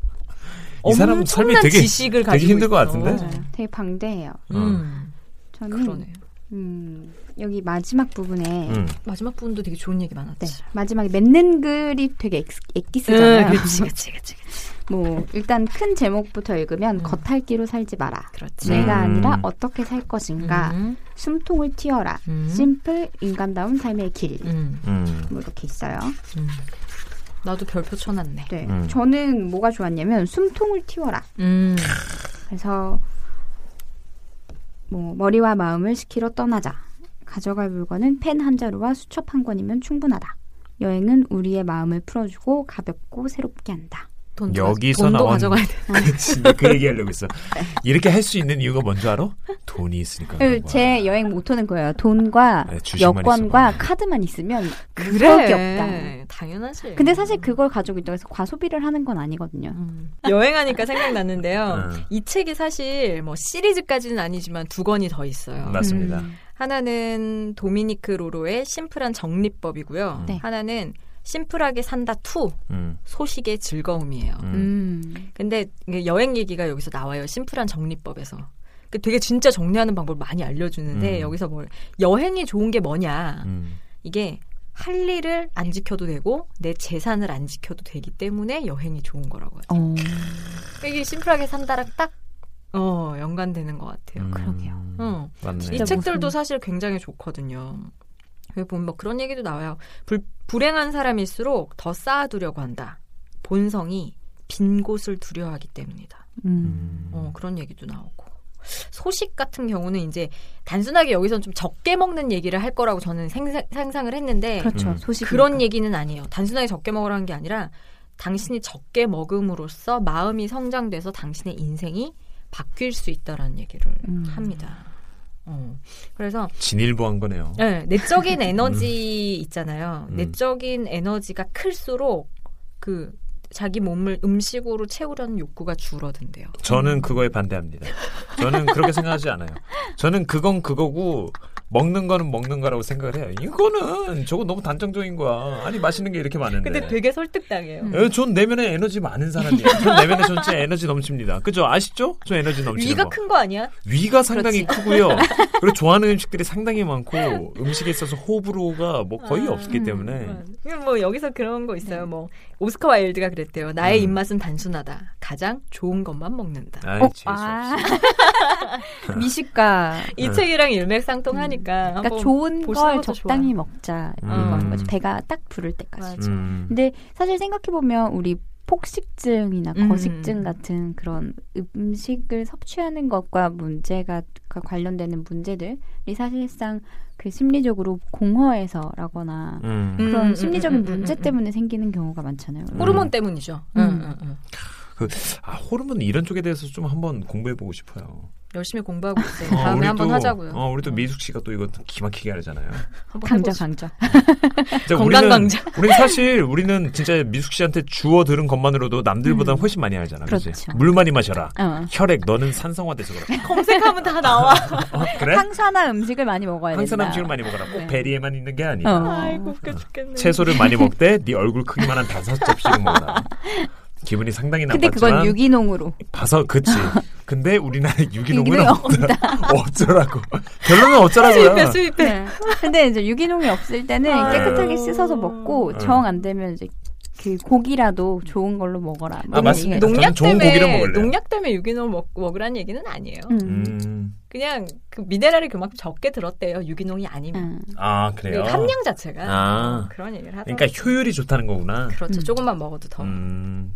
Speaker 3: 이 사람 삶이
Speaker 1: 엄청난
Speaker 3: 되게-
Speaker 1: 지식을 가지고
Speaker 3: 힘들 것
Speaker 1: 있어.
Speaker 3: 같은데?
Speaker 2: 되게 방대해요.
Speaker 3: 어.
Speaker 1: 음,
Speaker 2: 저는
Speaker 1: 그러네.
Speaker 2: 음, 여기 마지막
Speaker 1: 네.
Speaker 2: 부분에
Speaker 3: 음.
Speaker 1: 마지막 부분도 되게 좋은 얘기
Speaker 2: 네,
Speaker 1: 많았지.
Speaker 2: 마지막에 맺는 글이 되게 엑스,
Speaker 1: 응, 음,
Speaker 2: 엑기스잖아요.
Speaker 1: 그치, 그치, 그치.
Speaker 2: 뭐 일단 큰 제목부터 읽으면
Speaker 1: 음.
Speaker 2: 겉핥기로 살지 마라.
Speaker 1: 그렇지.
Speaker 3: 네.
Speaker 2: 내가
Speaker 3: 음.
Speaker 2: 아니라 어떻게 살 것인가.
Speaker 1: 음,
Speaker 2: 숨통을 틔어라.
Speaker 1: 음.
Speaker 2: 심플 인간다운 삶의 길.
Speaker 1: 음,
Speaker 3: 음.
Speaker 2: 뭐 이렇게 있어요.
Speaker 1: 음. 나도 별표 쳐놨네.
Speaker 2: 네,
Speaker 3: 음.
Speaker 2: 저는 뭐가 좋았냐면 숨통을 틔워라.
Speaker 1: 음,
Speaker 2: 그래서 뭐 머리와 마음을 시키러 떠나자. 가져갈 물건은 펜 한 자루와 수첩 한 권이면 충분하다. 여행은 우리의 마음을 풀어주고 가볍고 새롭게 한다.
Speaker 1: 돈
Speaker 3: 여기서
Speaker 1: 돈도
Speaker 3: 나온-
Speaker 1: 가져가야 돼.
Speaker 3: 진짜 그 얘기하려고 했어.
Speaker 1: 네.
Speaker 3: 이렇게 할 수 있는 이유가 뭔지 알아? 돈이 있으니까. 그런 거야.
Speaker 2: 제 여행 모토는 거예요. 돈과
Speaker 3: 네, 주식만 음.
Speaker 2: 여권과
Speaker 3: 있어봐.
Speaker 2: 카드만 있으면 그럴 게 없다.
Speaker 1: 당연하지.
Speaker 2: 근데 사실 그걸 가지고 있다고 해서 과소비를 하는 건 아니거든요.
Speaker 1: 음. 여행하니까 생각났는데요.
Speaker 3: 음.
Speaker 1: 이 책이 사실 뭐 시리즈까지는 아니지만 두 권이 더 있어요.
Speaker 3: 맞습니다.
Speaker 2: 음.
Speaker 1: 하나는 도미니크 로로의 심플한 정리법이고요.
Speaker 2: 네.
Speaker 1: 하나는 심플하게 산다 투
Speaker 3: 음.
Speaker 1: 소식의 즐거움이에요.
Speaker 3: 음.
Speaker 2: 음.
Speaker 1: 근데 이게 여행 얘기가 여기서 나와요. 심플한 정리법에서. 그 되게 진짜 정리하는 방법을 많이 알려주는데
Speaker 3: 음.
Speaker 1: 여기서 뭘 여행이 좋은 게 뭐냐
Speaker 3: 음.
Speaker 1: 이게 할 일을 안 지켜도 되고 내 재산을 안 지켜도 되기 때문에 여행이 좋은 거라고 해요. 그러니까
Speaker 2: 어.
Speaker 1: 이게 심플하게 산다랑 딱 어, 연관되는 것 같아요.
Speaker 3: 음.
Speaker 2: 그러게요.
Speaker 1: 어.
Speaker 3: 맞네.
Speaker 1: 이
Speaker 2: 진짜
Speaker 1: 책들도
Speaker 2: 무슨-
Speaker 1: 사실 굉장히 좋거든요. 여기 보면 뭐 그런 얘기도 나와요. 불, 불행한 사람일수록 더 쌓아두려고 한다. 본성이 빈 곳을 두려워하기 때문이다.
Speaker 2: 음.
Speaker 3: 음.
Speaker 1: 어, 그런 얘기도 나오고. 소식 같은 경우는 이제 단순하게 여기서는 좀 적게 먹는 얘기를 할 거라고 저는 생사- 상상을 했는데
Speaker 2: 그렇죠.
Speaker 3: 음.
Speaker 2: 소식
Speaker 1: 그런 얘기는 아니에요. 단순하게 적게 먹으라는 게 아니라 당신이 적게 먹음으로써 마음이 성장돼서 당신의 인생이 바뀔 수 있다라는 얘기를
Speaker 2: 음.
Speaker 1: 합니다. 어. 그래서
Speaker 3: 진일보한 거네요.
Speaker 1: 네,
Speaker 2: 음.
Speaker 1: 내적인 에너지 있잖아요.
Speaker 3: 음.
Speaker 1: 내적인 에너지가 클수록 그 자기 몸을 음식으로 채우려는 욕구가 줄어든대요.
Speaker 3: 저는 그거에 반대합니다. 저는 그렇게 생각하지 않아요. 저는 그건 그거고 먹는 거는 먹는 거라고 생각을 해요. 이거는 저거 너무 단정적인 거야. 아니 맛있는 게 이렇게 많은데.
Speaker 2: 네.
Speaker 1: 근데 되게 설득당해요.
Speaker 3: 예, 전 내면에 에너지 많은 사람이에요. 전 내면에 전 진짜 에너지 넘칩니다. 그죠? 아시죠? 저 에너지 넘치는
Speaker 1: 위가
Speaker 3: 거.
Speaker 1: 큰 거 아니야?
Speaker 3: 위가 상당히 크고요. 그리고 좋아하는 음식들이 상당히 많고 음식에 있어서 호불호가 뭐 거의
Speaker 1: 아,
Speaker 3: 없기 때문에
Speaker 1: 음, 뭐 여기서 그런 거
Speaker 2: 네.
Speaker 1: 있어요. 뭐 오스카 와일드가 그랬대요. 나의
Speaker 3: 음.
Speaker 1: 입맛은 단순하다. 가장 좋은 것만 먹는다.
Speaker 3: 아이
Speaker 2: 어?
Speaker 3: 재수
Speaker 2: 아.
Speaker 3: 없어.
Speaker 2: 미식가.
Speaker 1: 이
Speaker 3: 음.
Speaker 1: 책이랑 일맥상통하니까
Speaker 2: 그러니까
Speaker 1: 한번
Speaker 2: 좋은
Speaker 1: 보시는
Speaker 2: 걸
Speaker 1: 것도
Speaker 2: 적당히 먹자 이런
Speaker 3: 음.
Speaker 2: 거인 거죠. 배가 딱 부를 때까지.
Speaker 1: 맞아.
Speaker 3: 음.
Speaker 2: 근데 사실 생각해 보면 우리 폭식증이나
Speaker 1: 음.
Speaker 2: 거식증 같은 그런 음식을 섭취하는 것과 문제가 가 관련되는 문제들이 사실상 그 심리적으로 공허해서라거나
Speaker 3: 음.
Speaker 1: 음,
Speaker 2: 그런
Speaker 1: 음,
Speaker 2: 심리적인
Speaker 1: 음, 음,
Speaker 2: 문제
Speaker 1: 음, 음.
Speaker 2: 때문에 생기는 경우가 많잖아요.
Speaker 3: 그렇죠.
Speaker 1: 호르몬 때문이죠. 음,
Speaker 2: 음.
Speaker 1: 음, 음.
Speaker 3: 아, 호르몬 이런 쪽에 대해서 좀 한번 공부해 보고 싶어요.
Speaker 1: 열심히 공부하고 있어요.
Speaker 3: 어,
Speaker 1: 다음에
Speaker 3: 우리
Speaker 1: 한번
Speaker 3: 또-
Speaker 1: 하자고요.
Speaker 3: 어, 우리 또 미숙 씨가 또 이것도 기막히게 하잖아요.
Speaker 1: 한번
Speaker 2: 강자
Speaker 1: 해보시죠.
Speaker 2: 강자.
Speaker 3: 진짜
Speaker 1: 건강
Speaker 3: 우리는-
Speaker 1: 강좌.
Speaker 3: 우리는 사실 우리는 진짜 미숙 씨한테 주워 들은 것만으로도 남들보다
Speaker 2: 음.
Speaker 3: 훨씬 많이 알잖아. 그치?
Speaker 2: 그렇죠.
Speaker 3: 물 많이 마셔라.
Speaker 2: 어.
Speaker 3: 혈액 너는 산성화돼서 그래.
Speaker 1: 검색하면 다 나와.
Speaker 3: 어, 그래?
Speaker 2: 항산화 음식을 많이 먹어야 된다.
Speaker 3: 항산 음식을 많이 먹어라. 꼭
Speaker 2: 네.
Speaker 3: 베리에만 있는 게 아니야.
Speaker 2: 어.
Speaker 1: 아이고 웃겨 죽겠네.
Speaker 3: 채소를 많이 먹되 네 얼굴 크기만 한 다섯 접시를 먹어라. 기분이 상당히
Speaker 2: 근데 그건
Speaker 3: 나빴지만
Speaker 2: 유기농으로.
Speaker 3: 봐서 그치. 근데 우리나라에 유기농은
Speaker 2: 유기농이
Speaker 3: 없다. 어쩌라고. 결론은 어쩌라고요.
Speaker 1: 수입해 수입해.
Speaker 3: 아,
Speaker 2: 네. 근데 이제 유기농이 없을 때는
Speaker 1: 아유.
Speaker 2: 깨끗하게 씻어서 먹고
Speaker 3: 네.
Speaker 2: 정 안 되면 이제 그 고기라도 좋은 걸로 먹어라. 뭐
Speaker 3: 아,
Speaker 2: 이런
Speaker 3: 맞습니다.
Speaker 2: 얘기가
Speaker 3: 저는
Speaker 1: 농약
Speaker 3: 좋은 고기를
Speaker 1: 때문에
Speaker 3: 먹을래요.
Speaker 1: 농약 때문에 유기농 먹 먹으라는 얘기는 아니에요.
Speaker 2: 있- 음.
Speaker 3: 음.
Speaker 1: 그냥 그 미네랄이 그만큼 적게 들었대요. 유기농이 아니면
Speaker 2: 음.
Speaker 3: 아
Speaker 1: 그
Speaker 3: 그래요.
Speaker 1: 함량 자체가
Speaker 3: 아.
Speaker 1: 어, 그런 얘기를 하더라고요.
Speaker 3: 그러니까 효율이 좋다는 거구나.
Speaker 1: 그렇죠.
Speaker 2: 음.
Speaker 1: 조금만 먹어도 더.
Speaker 3: 음.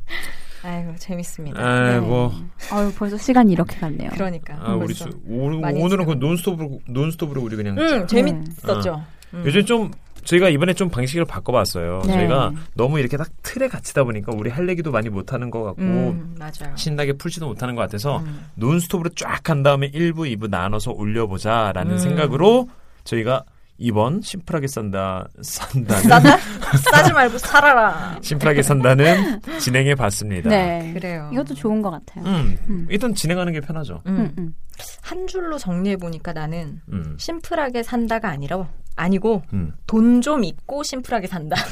Speaker 1: 아이고 재밌습니다.
Speaker 3: 아,
Speaker 2: 네.
Speaker 3: 뭐
Speaker 2: 아유, 벌써 시간이 이렇게 갔네요.
Speaker 1: 그러니까.
Speaker 3: 아, 우리
Speaker 1: 벌써.
Speaker 3: 수- 오늘,
Speaker 1: 많이
Speaker 3: 오늘은 그
Speaker 1: 지나갔네.
Speaker 3: 논스톱으로 논스톱으로 우리 그냥
Speaker 1: 음 재밌었죠.
Speaker 3: 아,
Speaker 1: 음.
Speaker 3: 요즘 좀 저희가 이번에 좀 방식을 바꿔봤어요.
Speaker 2: 네.
Speaker 3: 저희가 너무 이렇게 딱 틀에 갇히다 보니까 우리 할 얘기도 많이 못하는 것 같고
Speaker 1: 음, 맞아요.
Speaker 3: 신나게 풀지도 못하는 것 같아서
Speaker 1: 음.
Speaker 3: 논스톱으로 쫙 간 다음에 1부, 2부 나눠서 올려보자라는
Speaker 1: 음.
Speaker 3: 생각으로 저희가 이번 심플하게 산다 산다는
Speaker 1: 싸다 싸지 말고 살아라.
Speaker 3: 심플하게 산다는 진행해 봤습니다.
Speaker 2: 네.
Speaker 1: 그래요.
Speaker 2: 이것도 좋은 것 같아요.
Speaker 3: 음,
Speaker 2: 음.
Speaker 3: 일단 진행하는 게 편하죠.
Speaker 1: 음.
Speaker 2: 음, 음.
Speaker 1: 한 줄로 정리해 보니까 나는
Speaker 3: 음.
Speaker 1: 심플하게 산다가 아니라 아니고
Speaker 3: 음.
Speaker 1: 돈 좀 있고 심플하게 산다.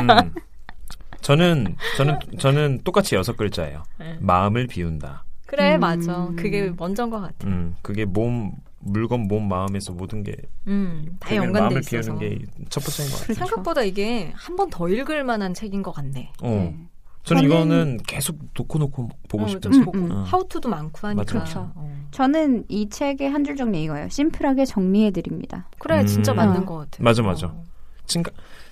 Speaker 3: 음. 저는 저는 저는 똑같이 여섯 글자예요.
Speaker 1: 네.
Speaker 3: 마음을 비운다.
Speaker 1: 그래
Speaker 2: 음.
Speaker 1: 맞아. 그게 먼저인 것 같아.
Speaker 3: 음, 그게 몸 물건 몸 마음에서 모든 게
Speaker 1: 음, 다
Speaker 3: 결국엔
Speaker 1: 연관돼
Speaker 3: 마음을
Speaker 1: 있어서.
Speaker 3: 비우는 게 첫 번째인 것 같아요.
Speaker 2: 그렇죠.
Speaker 1: 생각보다 이게 한 번 더 읽을 만한 책인 것 같네.
Speaker 3: 어, 저는
Speaker 2: 저는-
Speaker 3: 이거는 계속 놓고 놓고 보고
Speaker 1: 어,
Speaker 3: 싶은
Speaker 1: 좀
Speaker 2: 음,
Speaker 1: 보고
Speaker 2: 음.
Speaker 1: 하우투도 많고 하니까.
Speaker 3: 그렇죠.
Speaker 1: 어.
Speaker 2: 저는 이 책의 한 줄 정리 이거예요. 심플하게 정리해 드립니다.
Speaker 1: 그래 진짜
Speaker 3: 음.
Speaker 1: 맞는
Speaker 2: 어.
Speaker 1: 것 같아.
Speaker 3: 맞아, 맞아.
Speaker 1: 어.
Speaker 3: 그러니까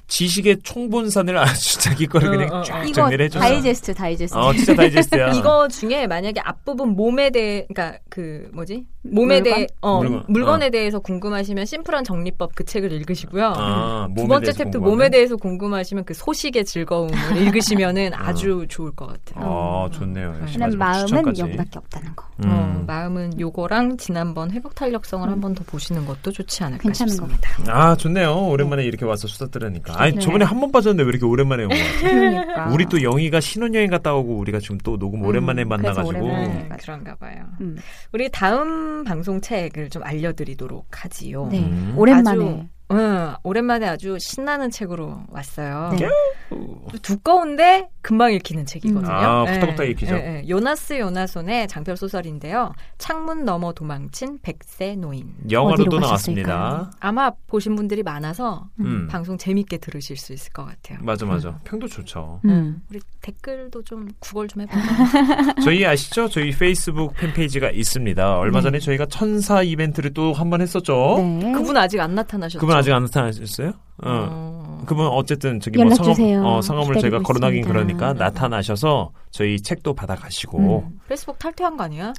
Speaker 3: 지식의 총본산을 아주 자기 거를
Speaker 1: 어,
Speaker 3: 그냥
Speaker 1: 어, 어.
Speaker 3: 쫙
Speaker 2: 이거
Speaker 3: 정리를 해줘서
Speaker 2: 다이제스트 다이제스트.
Speaker 3: 어 진짜 다이제스트야
Speaker 1: 이거 중에 만약에 앞부분 몸에 대해 그러니까 그 뭐지 몸에
Speaker 2: 물건?
Speaker 1: 대해 어,
Speaker 3: 물건.
Speaker 1: 물건. 에
Speaker 3: 어.
Speaker 1: 대해서 궁금하시면 심플한 정리법 그 책을 읽으시고요. 음.
Speaker 3: 아,
Speaker 1: 두
Speaker 3: 몸에
Speaker 1: 번째
Speaker 3: 대해서
Speaker 1: 탭도
Speaker 3: 궁금하네.
Speaker 1: 몸에 대해서 궁금하시면 그 소식의 즐거움을 읽으시면은 아주 좋을 것 같아요.
Speaker 3: 아 좋네요 역시
Speaker 2: 저는
Speaker 3: 마지막
Speaker 2: 마음은
Speaker 3: 추천까지.
Speaker 2: 영밖에 없다는 거.
Speaker 3: 음.
Speaker 1: 어, 마음은 요거랑 지난번 회복 탄력성을 한 번 더 보시는 것도 좋지 않을까
Speaker 2: 음. 괜찮은
Speaker 1: 싶습니다.
Speaker 3: 아 좋네요 오랜만에 이렇게 와서 수다 들으니까 아니
Speaker 2: 네.
Speaker 3: 저번에 한 번 빠졌는데 왜 이렇게 오랜만에 온 거야
Speaker 2: 그러니까.
Speaker 3: 예. 우리 또 영희가 신혼여행 갔다 오고 우리가 지금 또 녹음 오랜만에
Speaker 2: 음, 그래서
Speaker 3: 만나가지고
Speaker 2: 오랜만에.
Speaker 1: 네, 그런가 봐요.
Speaker 2: 음.
Speaker 1: 우리 다음 방송 책을 좀 알려드리도록 하지요.
Speaker 2: 네.
Speaker 3: 음.
Speaker 2: 오랜만에.
Speaker 1: 응, 오랜만에 아주 신나는 책으로 왔어요.
Speaker 2: 네.
Speaker 1: 두꺼운데 금방 읽히는 책이거든요.
Speaker 3: 아,
Speaker 1: 예,
Speaker 3: 후딱후딱 읽히죠.
Speaker 1: 예, 예. 요나스 요나손의 장편 소설인데요. 창문 넘어 도망친 백세 노인.
Speaker 3: 영화로도
Speaker 2: 어디로
Speaker 3: 나왔습니다
Speaker 1: 아마 보신 분들이 많아서
Speaker 3: 음.
Speaker 1: 방송 재밌게 들으실 수 있을 것 같아요.
Speaker 3: 맞아 맞아 평도 좋죠
Speaker 2: 음.
Speaker 1: 우리 댓글도 좀 구걸 좀
Speaker 2: 아,
Speaker 1: 해봐요.
Speaker 3: 저희 아시죠 저희 페이스북 팬페이지가 있습니다 얼마
Speaker 2: 네.
Speaker 3: 전에 저희가 천사 이벤트를 또 한 번 했었죠
Speaker 2: 네.
Speaker 1: 그분 아직 안 나타나셨죠?
Speaker 3: 그분 아직 안 나타나셨어요? 응.
Speaker 1: 어.
Speaker 3: 그분 어쨌든 저기
Speaker 2: 음. 연락
Speaker 3: 뭐 성함,
Speaker 2: 주세요.
Speaker 3: 어, 성함을 저희가
Speaker 2: 기다리고
Speaker 3: 거론하긴
Speaker 2: 있습니다.
Speaker 3: 그러니까 나타나셔서 저희 책도 받아가시고
Speaker 2: 음.
Speaker 1: 페이스북 탈퇴한 거 아니야?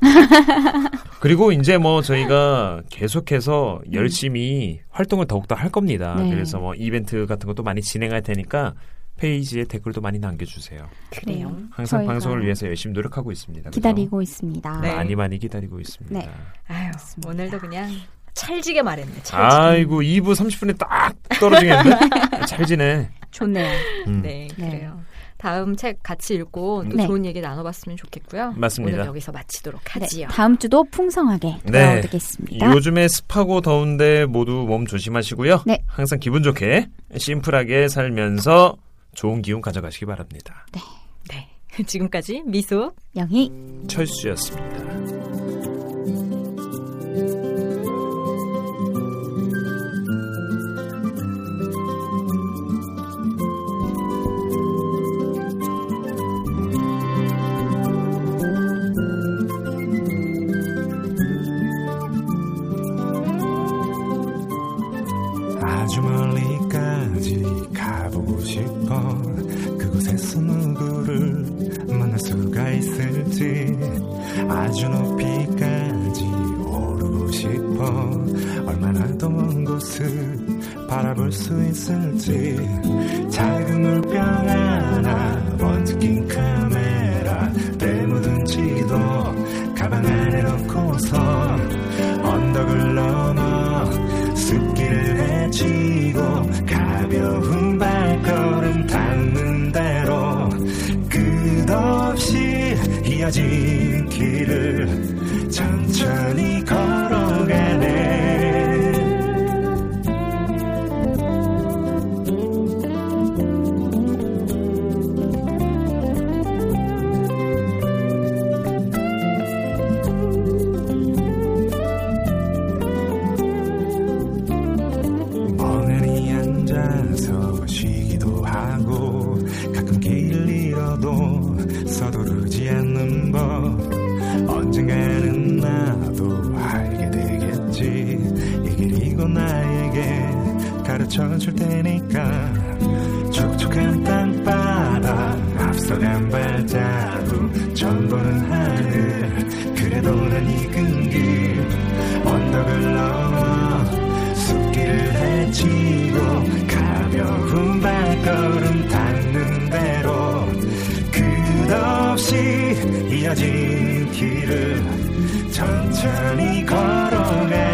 Speaker 3: 그리고 이제 뭐 저희가 계속해서 열심히 활동을 더욱더 할 겁니다.
Speaker 2: 네.
Speaker 3: 그래서 뭐 이벤트 같은 것도 많이 진행할 테니까 페이지에 댓글도 많이 남겨주세요.
Speaker 2: 그래요.
Speaker 3: 항상
Speaker 2: 저희가
Speaker 3: 방송을 위해서 열심히 노력하고 있습니다. 그죠?
Speaker 2: 기다리고 있습니다.
Speaker 1: 네.
Speaker 3: 많이 많이 기다리고 있습니다.
Speaker 2: 네.
Speaker 1: 아유,
Speaker 2: 맞습니다.
Speaker 1: 오늘도 그냥 찰지게 말했네. 찰지게.
Speaker 3: 아이고 2부 30분에 딱 떨어지겠는데? 잘 지내.
Speaker 2: 좋네요.
Speaker 3: 음.
Speaker 1: 네,
Speaker 2: 네.
Speaker 1: 그래요. 다음 책 같이 읽고 또
Speaker 2: 네.
Speaker 1: 좋은 얘기 나눠봤으면 좋겠고요.
Speaker 3: 맞습니다.
Speaker 1: 오늘 여기서 마치도록 하지요.
Speaker 2: 네, 다음 주도 풍성하게
Speaker 3: 네.
Speaker 2: 돌아오겠습니다.
Speaker 3: 요즘에 습하고 더운데 모두 몸 조심하시고요.
Speaker 2: 네.
Speaker 3: 항상 기분 좋게 심플하게 살면서 좋은 기운 가져가시기 바랍니다.
Speaker 1: 네. 지금까지 미소
Speaker 2: 영희
Speaker 3: 철수였습니다.
Speaker 4: 아주 멀리까지 가보고 싶어 그곳에서 누구를 만날 수가 있을지 아주 높이까지 오르고 싶어 얼마나 더 먼 곳을 바라볼 수 있을지 작은 물병 하나 번지킨 카메라 때 묻은 지도 가방 안에 넣고서 언덕을 넘어 숲길을 헤치고 가벼운 발걸음 닿는 대로 끝없이 이어진 길을 천천히 걸어가네 멍하니 앉아서 쉬기도 하고 가끔 길을 잃어도 서두르지 않는 법 언젠가는 나도 알게 되겠지 이 길이고 나에게 가르쳐 줄 테니까 촉촉한 땅바닥 앞서간 발자국 전 보는 하늘 그래도 난 이끈 길 언덕을 넘어 숲길을 헤치고 가벼운 발걸음 닿는 대로 끝없이 이어진 길을 천천히 걸어가